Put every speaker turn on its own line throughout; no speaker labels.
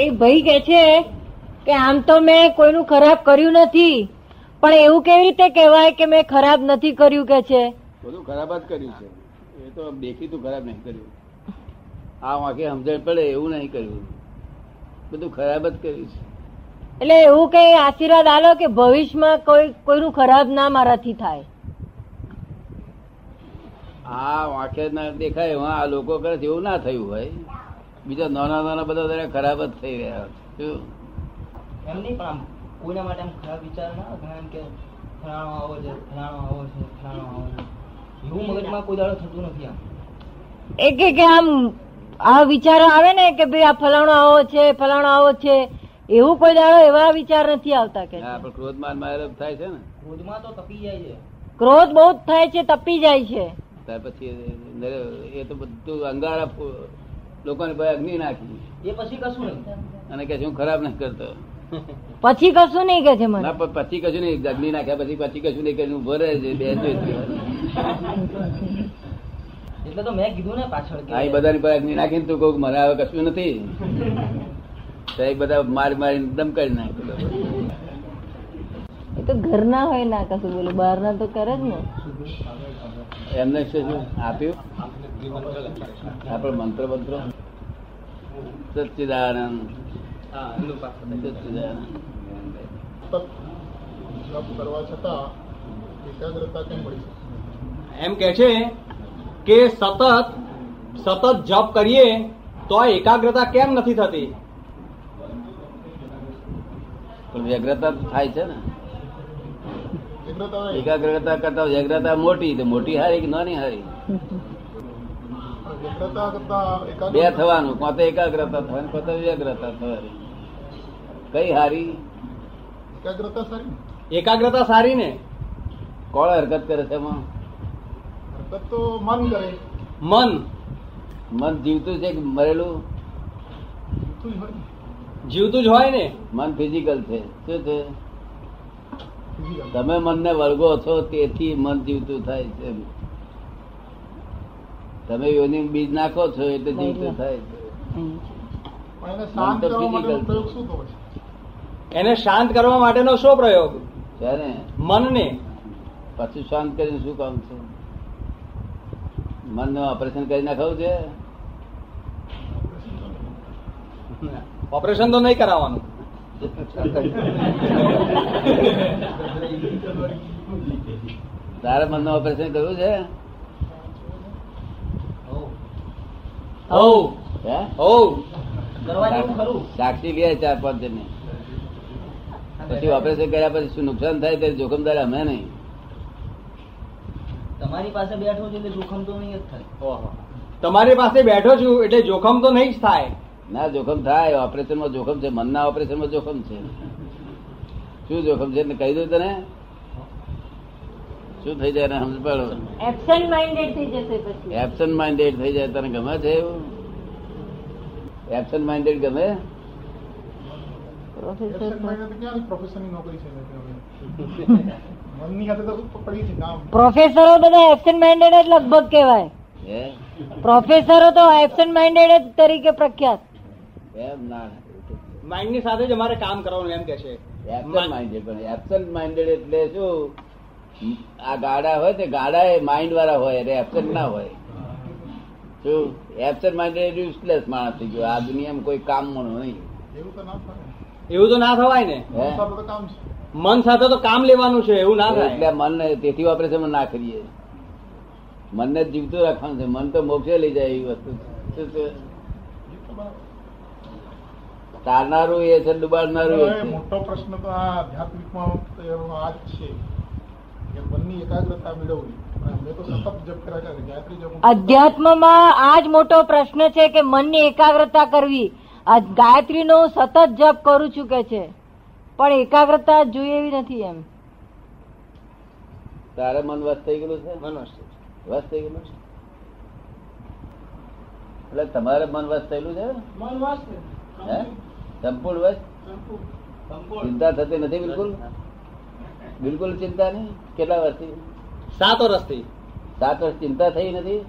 એ ભાઈ કે છે કે આમ તો મેં કોઈનું ખરાબ કર્યું નથી પણ એવું કેવી રીતે કહેવાય કે મેં ખરાબ નથી કર્યું કે છે
બધું ખરાબ જ કર્યું છે એ તો દેખીતું ખરાબ નહીં કર્યું આ વાંકે સમજણ પડે એવું નહીં કર્યું બધું ખરાબ જ કર્યું છે
એટલે એવું કે આશીર્વાદ આલો કે ભવિષ્યમાં કોઈ કોઈનું ખરાબ ના મારાથી થાય
આ વાંકે ના દેખાય એવા આ લોકો કરે છે એવું ના થયું હોય બીજા નાના નાના બધા જરા ખરાબ જ થઈ રહ્યા છે શું?
એમ નહીં પણ આમ કોઈના માટે આમ ખરાબ વિચાર ના આવે ઘણા એમ કે ફલાણો આવો છે ફલાણો આવો છે ફલાણો આવો છે એવું મગજમાં કોઈ દાડો થતું નથી આમ
એ કે કે આમ આ વિચારો આવે ને કે ભાઈ આ ફલાણો આવો છે ફલાણો આવો છે એવું કોઈ દાડો એવા વિચાર નથી આવતા કે
હા પણ ક્રોધમાન માં થાય છે ને
ક્રોધમાં તો તપી જાય છે
ક્રોધ બહુ જ થાય છે તપી જાય છે
ત્યાર પછી નરે- એ તો બધું અંગારા ફૂ- લોકોને ભાઈ અગ્નિ નાખી
એ પછી કશું નહીં
અને કે હું ખરાબ નથી કરતો
પછી કશું નહીં કે છે મને
ના પણ પછી કશું નહીં અગ્નિ નાખ્યા પછી પછી કશું નહીં કર્યું ઉભો રહે છે બે જ દિવસ.
એટલે તો મેં કીધું ને પાછળ કે
આ એ બધાની પર અગ્નિ નાખીને તું કહું મને હવે કશું નથી તો એ બધા મારી મારીને દમ કરી નાખે બધા.
એ તો ઘરના હોય ના કશું બોલું બહારના તો કરે જ ને
એમને શું શું આપ્યું આપણે મંત્ર મંત્ર સચ્ચિદાનંદ
હા એમનું પાછળ
સચ્ચિદાનંદ
જપ કરવા છતાં એકાગ્રતા કેમ પડી શકે?
એમ કે છે કે સતત સતત જપ કરીએ તો એકાગ્રતા કેમ નથી થતી
પણ વ્યગ્રતા તો થાય છે ને
એકાગ્રતા હોય,
એકાગ્રતા કરતા વ્યગ્રતા મોટી તો મોટી હારી કે નાની હારી
એકાગ્રતા કરતા
બે
એકાગ્રતા
થવાનું કોણ તો એકાગ્રતા થવાની કોણ તો વ્યગ્રતા થવાની કઈ હારી
એકાગ્રતા સારી ને.
એકાગ્રતા સારી ને
કોણ હરકત કરે છે એમાં
હરકત તો મન કરે
મન
મન જીવતું છે કે મરેલું
જીવતું જ હોય ને.
જીવતું જ હોય ને
મન ફિઝિકલ છે શું છે
બીજી વાત.
તમે મનને વળગો છો તેથી મન જીવતું થાય છે તમે યોની બીજ નાખો છો એટલે જીવતું થાય છે
પણ એને
મન
શાંત
તો
કરવા માટેનો
physical છે.
પ્રયોગ શું થવો છે
એને શાંત કરવા માટેનો શો પ્રયોગ
છે ને
મનને
પછી શાંત કરીને શું કામ છે મનનું ઓપરેશન કરી નાખવું છે
ઓપરેશન તો નહીં કરાવવાનું
તારે મનનું ઓપરેશન કરવું છે
હોવ.
હો
હે
હો
કરવા જેવું ખરું
સાક્ષી લે ચાર પાંચ જણ પછી ઓપરેશન કર્યા પછી શું નુકસાન થાય તે જોખમદાર અમે નહીં
તમારી પાસે બેઠો છું એટલે જોખમ તો નહીં જ થાય
ઓહો. તમારી પાસે બેઠો છું એટલે જોખમ તો નહીં જ થાય
ના જોખમ થાય ઓપરેશનમાં જોખમ છે મનના ઓપરેશનમાં જોખમ છે શું જોખમ છે એટલે કહી દઉં તને શું થઈ જાય એને સમજ પડો
એબસન્ટ માઇન્ડેડ થઈ જશે પછી
એબસન્ટ માઇન્ડેડ થઈ જાય તને ગમે છે એવું એબસન્ટ માઇન્ડેડ ગમે
પ્રોફેસર
Absent minded તો ક્યાં પ્રોફેશનની નોકરી છે ને હવે. મનની સાથે તો પડી છે નામ
પ્રોફેસરો બધા એબસન્ટ માઇન્ડેડ જ લગભગ કહેવાય
હે
પ્રોફેસરો તો એબસન્ટ માઇન્ડેડ જ તરીકે પ્રખ્યાત
એમ ના
માઇન્ડની સાથે જ અમારે કામ કરવાનું એમ કે છે
એબસન્ટ માઇન્ડેડ પણ એબસન્ટ માઇન્ડેડ એટલે શું આ ગાડા હોય તે ગાડા એ માઇન્ડ વાળા હોય એટલે એબસન્ટ ના હોય શું એબસન્ટ માઇન્ડેડ યુઝલેસ માણસ થઈ ગયો આ દુનિયામાં કોઈ કામનું નહીં
એવું તો ના થાય ને.
એવું તો ના થવાય ને
હે?
મન સાથે
મન સાથે
તો કામ છે
તો કામ લેવાનું છે એવું ના
એટલે
થાય
મન તેથી ઓપરેશન ના કરીએ મનને જીવતું રાખવાનું છે મન તો મોક્ષે લઈ જાય એવી વસ્તુ છે. શું છે?
એ તો બરાબર.
તારનારું એ છે ડુબાડનારું એ
હવે
છે
મોટો પ્રશ્ન તો આ આધ્યાત્મિકમાં તો એનો આ જ છે કે મનની એકાગ્રતા મેળવવી અને મેં તો સતત જપ કર્યા કરે ગાયત્રી જપ હું
અધ્યાત્મમાં આ જ મોટો પ્રશ્ન છે કે મનની એકાગ્રતા કરવી આ ગાયત્રીનો હું સતત જપ કરું છું કે છે પણ એકાગ્રતા જોઈએ એવી નથી એમ
તારે મન વસ થઈ ગયેલું છે
મનોજ
વસ થઈ ગયેલું છે? એટલે તમારે મન વસ થયેલું છે હે સંપૂર્ણ વસ ચિંતા થતી નથી બિલકુલ બિલકુલ ચિંતા નહીં કેટલા વર્ષથી
સાત વર્ષથી
સાત વર્ષ ચિંતા થઈ નથી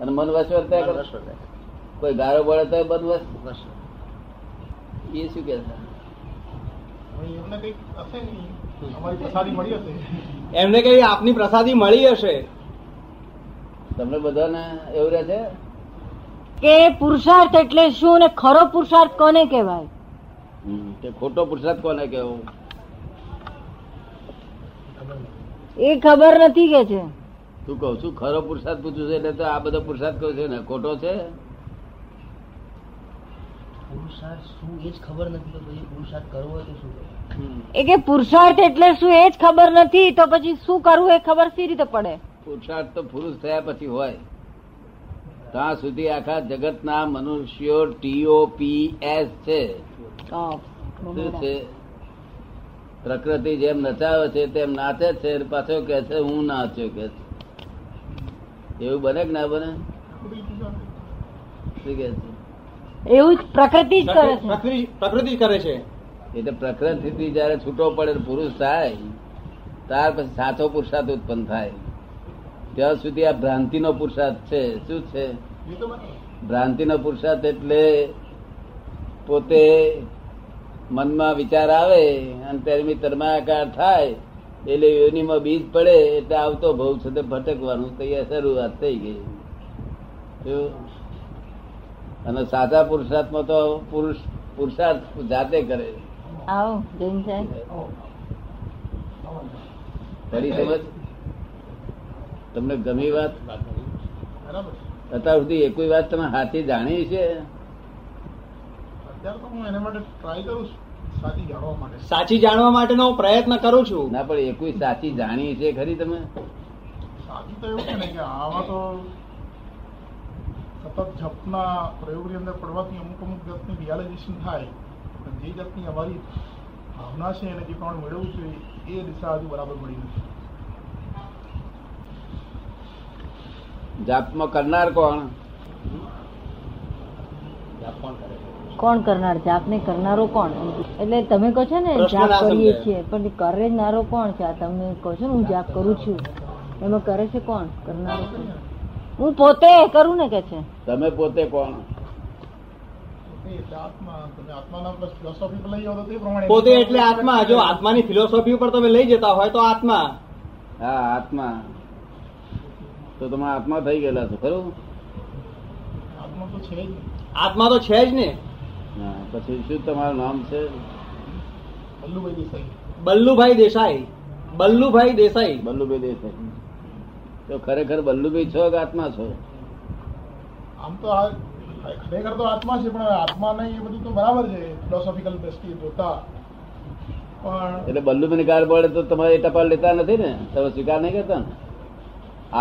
અને મન વસ વર્તાય કરે? કોઈ ગારો બળે તો મન વસ એ શું કહેતા
હવે એમને કંઈક હશે નહીં અમારી પ્રસાદી મળી હશે
એમને કઈ આપની પ્રસાદી મળી હશે
તમને બધાને એવું રહે છે
કે પુરુષાર્થ એટલે શું ને ખરો પુરુષાર્થ કોને કહેવાય
હમ, તે ખોટો પુરુષાર્થ કોને કેવો
એ ખબર નથી કે છે
તું કહું છું ખરો પુરુષાર્થ પૂછું છે એટલે તો આ બધો પુરુષાર્થ કહું છું ને ખોટો છે
પુરુષાર્થ શું એ જ ખબર નથી તો પછી પુરુષાર્થ કરવો હોય તો શું કરવું?
હમ.
એ કે પુરુષાર્થ એટલે શું એ જ ખબર નથી તો પછી શું કરવું એ ખબર સી રીતે પડે
પુરુષાર્થ તો પુરુષ થયા પછી હોય ત્યાં સુધી આખા જગતના મનુષ્યો ટીઓપીએસ છે
હા.
શું છે પ્રકૃતિ જેમ નચાવે છે તેમ નાચે જ છે અને પાછો કહે છે હું નાચ્યો કે છે એવું બને કે ના બને શું કહે છે
એવું જ પ્રકૃતિ જ કરે છે
પ્રકૃતિ પ્રકૃતિ જ કરે છે
એટલે પ્રકૃતિથી જયારે છૂટો પડે ને પુરુષ થાય ત્યાર પછી સાચો પુરુષાર્થ ઉત્પન્ન થાય ત્યાં સુધી આ ભ્રાંતિનો પુરુષાર્થ છે શું છે
એ તો બરાબર.
ભ્રાંતિનો પુરુષાર્થ એટલે પોતે મનમાં વિચાર આવે અને તેની તન્માકાર થાય એટલે યોનિમાં બીજ પડે એટલે આવતો ભવ છે તે ભટકવાનું તૈયાર શરૂઆત થઈ ગઈ જો. અને સાચા પુરુષાર્થમાં તો પુરુષ પુરુષાર્થ જાતે કરે
આવો જૈન સાહેબ
ફરી સમજ તમને ગમી વાત
બરાબર છે.
અત્યાર સુધી એકોઈ વાત તમે હાથી જાણી છે
અત્યારે તો હું એના માટે ટ્રાય કરું છું સાદી જાણવા માટે
સાચી જાણવા માટેનો હું પ્રયત્ન કરું છું
ના પણ એકોઈ સાચી જાણી છે ખરી તમે
સાચું તો એવું છે ને કે આવા તો સતત જપના પ્રયોગની અંદર પડવાથી અમુક અમુક જાતની રિયાલાઇઝેશન થાય પણ જે જાતની અમારી ભાવના છે એને જે પ્રમાણે મેળવવું જોઈએ એ દિશા હજુ બરાબર મળી નથી
જાપમાં કરનાર કોણ
કોણ કરનાર છે આપને કરનારો કોણ એટલે તમે કહો છો ને
પ્રશ્ન ના
જાપ કરીએ
સમજાય.
છીએ પણ કરનારો કોણ છે આ તમે કહો છો ને હું જાપ કરું છું એમાં કરે છે કોણ કરનારો કોણ? હું પોતે કરું ને કે છે
તમે પોતે કોણ
એ એટલે આત્મા તમે આત્માના પ્લસ ફિલોસોફી પર લઈ આવો તો તે પ્રમાણે
પોતે એટલે આત્મા જો આત્માની ફિલોસોફી ઉપર તમે લઈ જતા હોય તો આત્મા
હા આત્મા તો તમે આત્મા થઈ ગયેલા છો ખરું
આત્મા તો છે જ નહીં.
આત્મા તો છે જ ને
હા પછી શું તમારું નામ છે
વલ્લુભાઈ
બલ્લુભાઈ
દેસાઈ
દેસાઈ બલ્લુભાઈ દેસાઈ
બલ્લુભાઈ દેસાઈ તો ખરેખર બલ્લુભાઈ છો કે આત્મા છો
આમ તો આ ખરેખર તો આત્મા છે પણ હવે આત્મા નહીં એ બધું તો બરાબર છે ફિલોસોફિકલ દ્રષ્ટિએ જોતા પણ
એટલે બલ્લુભાઈ ગાળ પડે તો તમારે એ ટપાલ લેતા નથી ને તમે સ્વીકાર નહીં કરતા ને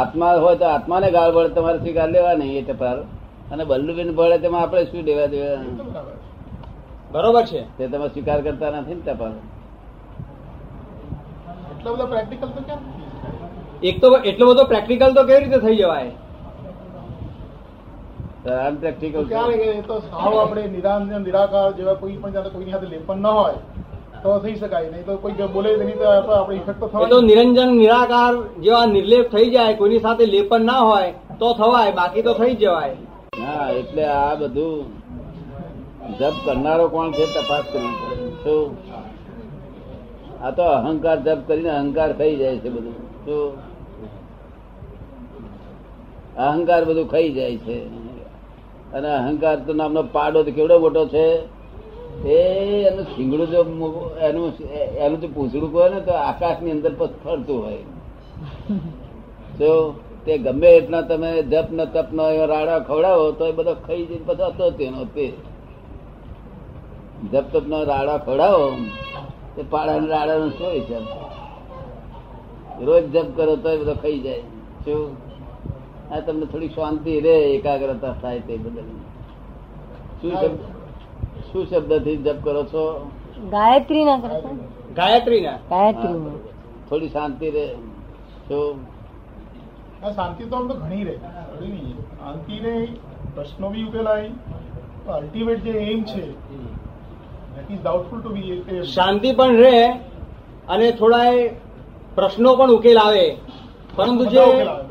આત્મા હોય તો આત્માને ગાળ પડે તમારે સ્વીકાર લેવા નહીં એ ટપાલ અને બલ્લુબેન પડે તેમાં આપણે શું લેવા
એ તો
દેવા
બરાબર છે.
બરોબર છે
તે તમે સ્વીકાર કરતા નથી ને ટપાલ
એટલા બધા પ્રેક્ટિકલ તો કેમ નથી?
એક તો એટલો બધો પ્રેક્ટિકલ તો કેવી રીતે થઈ જવાય
તો
અનપ્રેક્ટિકલ
ક્યારે કે એ તો સાવ આપણે નિરાંજન નિરાકાર જેવા કોઈ પણ જાતે કોઈની સાથે લેપન ન હોય તો થઈ શકાય નહીં તો કોઈ જો બોલે તેની તો આપણે- આપણે ઇફેક્ટ તો
એ તો
થવાય
નિરંજન નિરાકાર જેવા નિર્લેપ થઈ જાય કોઈની સાથે લેપન ના હોય તો થવાય બાકી તો થઈ જવાય
હા એટલે આ બધું જપ કરનારો કોણ છે તપાસ કરવી પડે શું આ તો અહંકાર જપ કરીને અહંકાર ખાઈ જાય છે બધું શું અહંકાર બધું ખાઈ જાય છે અને અહંકાર તો નામનો પાડો તો કેવડો મોટો છે એ એનું શીંગડું જો મુ- એનું એનું જો પૂંછડું હોય ને તો આકાશની અંદર પણ ફરતું હોય તો તે ગમે એટલા તમે જપ ન તપ ન એવા રાડા ખવડાવો તો એ બધો ખાઈ જઈને બધો હતો તેનો તે જપ તપ નો રાડા ખવડાવો તે પાડા ને રાડા નો શું હોય છે? રોજ જપ કરો તો એ બધો ખાઈ જાય શું આ તમને થોડી શાંતિ રે એકાગ્રતા થાય તે બદલ શું શબ્દ શું શબ્દથી જપ કરો છો
ગાયત્રી ના કરતા
ગાયત્રીના
ગાયત્રી
હા, થોડી શાંતિ રે શું
હા, શાંતિ તો આમ તો ઘણી રહે ઘણી નહીં. શાંતિ રહે પ્રશ્નો બી ઉકેલાય અલ્ટિમેટ જે એમ છે that is doubtful to be
શાંતિ પણ રહે અને થોડા એ પ્રશ્નો પણ ઉકેલ આવે પરંતુ જે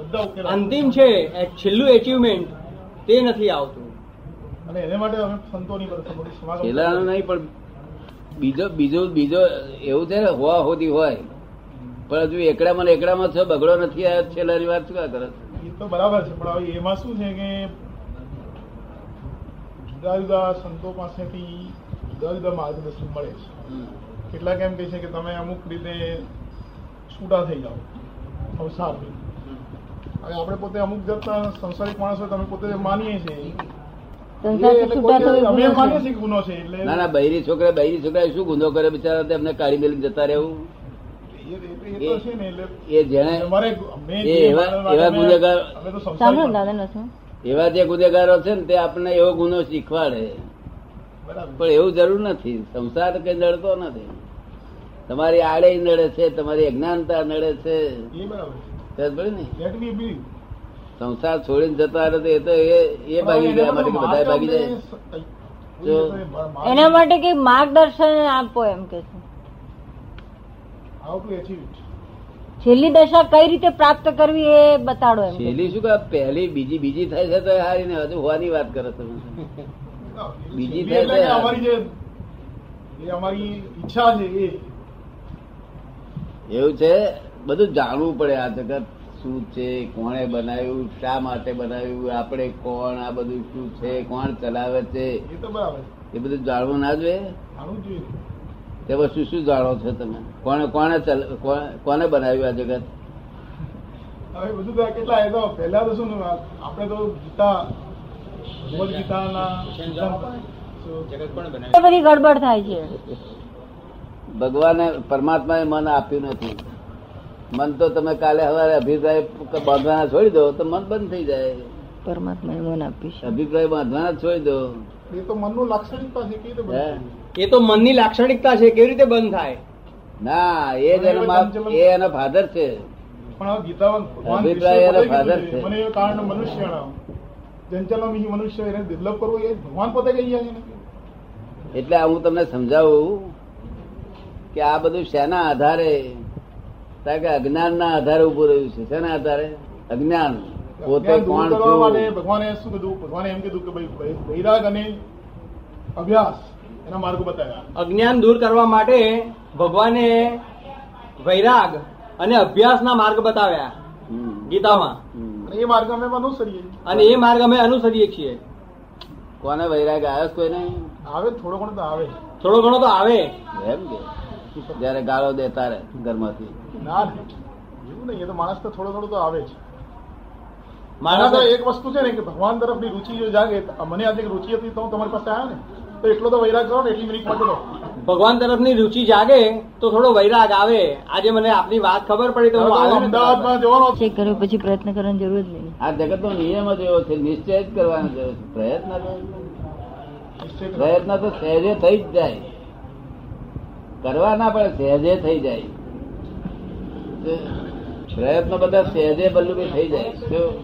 બધા ઉકેલાય
અંતિમ છે એ છેલ્લું એચિવમેન્ટ તે નથી આવતું
અને એને માટે અમે સંતોની પાસે મોટી સમાગમ
છેલ્લાનો નહીં પણ બીજો બીજો બીજો એવું છે ને હોવા હોતી હોય પણ હજુ એકડામાં ને એકડામાં છો બગડો નથી આવ્યો છેલ્લાની વાત શું આ કરો છો?
એ તો બરાબર છે પણ હવે એમાં શું છે કે જુદા જુદા સંતો પાસેથી જુદા જુદા માર્ગદર્શન મળે છે કેટલાક એમ કહે છે કે તમે અમુક રીતે છૂટા થઈ જાઓ સંસારથી હવે આપણે પોતે અમુક જાતના સંસારિક માણસો તમે પોતે માનીએ છીએ
સંસારથી
એટલે
છૂટા
કોઈ
થવું
અમે
ગુનો છે.
માનીએ છીએ કે ગુનો છે
ના
એટલે
ના બૈરી છોકરા બૈરી છોકરા શું ગુનો કરે બિચારા તેમને કાઢી મેલી જતા રહેવું
એ- એ- એ તો છે ને એટલે
એ જેણે
અમારે અમે
એ એવા- એવા ગુનેગાર-
અમે તો
સાંભળો
સંસારિક
ને, દાદા
માણસો.
ને શું?
એવા જે ગુનેગારો છે ને તે આપણને એવો ગુનો શીખવાડે
બરાબર
પણ એવું જરૂર નથી સંસાર કઈ નડતો નથી તમારી આડે નડે છે તમારી અજ્ઞાનતા નડે છે
એ બરાબર
સમજ પડી ને
લેટ મી બી
સંસાર છોડીને જતા રહે તો એ તો એ- એ ભાગી ગયા માટે બધા ભાગી જાય
એના માટે કઈ માર્ગદર્શન આપો એમ કે છે
હાઉ ટુ અચીવ ઇટ
છેલ્લી દશા કઈ રીતે પ્રાપ્ત કરવી એ બતાડો એમ કે છે.
છેલ્લી શું કહે પહેલી બીજી બીજી થાય છે તો હારી ને હજુ હોવાની વાત કરો તમે બીજી
એટલે
થાય
કે
તો-
અમારી જે એ અમારી ઈચ્છા છે એ
એવું છે બધું જાણવું પડે આ જગત શું છે કોણે બનાવ્યું શા માટે બનાવ્યું આપણે કોણ આ બધું શું છે કોણ ચલાવે છે
એ તો બરાબર
એ બધું જાણવું ના જોઈએ
આનું જ જોઈએ
તે વસ્તુ શું જાણો છો તમે કોણે કોણે ચલ- કોણ- કોને બનાવ્યું આ જગત
હવે બધું તો કેટલા એ તો પહેલા તો શું ને આપણે તો ગીતા ભગવદ ગીતાના So,
જગત પણ બનાવ્યું
એ બધી ગડબડ થાય છે
ભગવાને પરમાત્માએ મન આપ્યું નથી મન તો તમે કાલે હવારે અભિપ્રાય બાંધવાના છોડી દો તો મન બંધ થઈ જાય
પરમાત્માએ મન આપ્યું છે
અભિપ્રાય બાંધવાના જ છોડી દો
એ તો મનનું લાક્ષણિકતા છે કે એ તો બધું
હે?
એ તો મનની લાક્ષણિકતા છે કેવી રીતે બંધ થાય
ના એ જ એનો બાપ- એ એનો ફાધર છે
પણ આ ગીતામાં ભગવાન
અભિપ્રાય
કૃષ્ણ
એના
પોતે
father
કીધું છે,
છે.
મને એ કારણ મનુષ્ય જંચલમ મનુષ્ય એને દુર્લભ કરવો એ ભગવાન પોતે કહી ગયા છે ને
એટલે આ હું તમને સમજાવું કે આ બધું શેના આધારે કારણ કે અજ્ઞાનના આધારે ઉભું રહ્યું છે શેના આધારે અજ્ઞાન પોતે
અજ્ઞાન દૂર
કોણ
કરવા માટે
છું
ભગવાને શું કીધું ભગવાને એમ કીધું કે ભાઈ વૈરાગ અને અભ્યાસ એના માર્ગો બતાવ્યા
અજ્ઞાન દૂર કરવા માટે ભગવાને વૈરાગ અને અભ્યાસના માર્ગ બતાવ્યા
હમ.
ગીતામાં
હમ.
અને એ માર્ગ અમે અનુસરીએ
અને એ માર્ગ અમે અનુસરીએ છીએ
કોને વૈરાગ આવ્યો છે કોઈને
આવે થોડો ઘણો તો આવે
થોડો ઘણો તો આવે
એમ કે જયારે ગાળો દે તારે ઘરમાંથી
ના ના. એવું નહીં એ તો માણસ તો થોડો ઘણો તો આવે જ
મારા
મારા તો એક વસ્તુ છે ને કે ભગવાન તરફની રુચિ જો જાગે તો મને આજે રુચિ હતી તો હું તમારી પાસે આવ્યો ને તો એટલો તો વૈરાગ કરો ને એટલી મિનિટ માટે તો
ભગવાન તરફની રુચિ જાગે તો થોડો વૈરાગ આવે આજે મને આપની વાત ખબર પડી તો હું
હવે તો
આવ્યો ને તમારા પાસે.
અમદાવાદમાં જવાનો
ચેક કર્યો પછી પ્રયત્ન કરવાની જરૂર જ નહીં
આ જગતનો નિયમ જ એવો છે નિશ્ચય જ કરવાનો છે પ્રયત્ન તો-
નિશ્ચય કરો.
પ્રયત્ન તો સહેજે થઈ જ જાય કરવા ના પડે સહેજે થઈ જાય તે પ્રયત્ન બધા સહેજે બલ્લુબી થઈ જાય શું?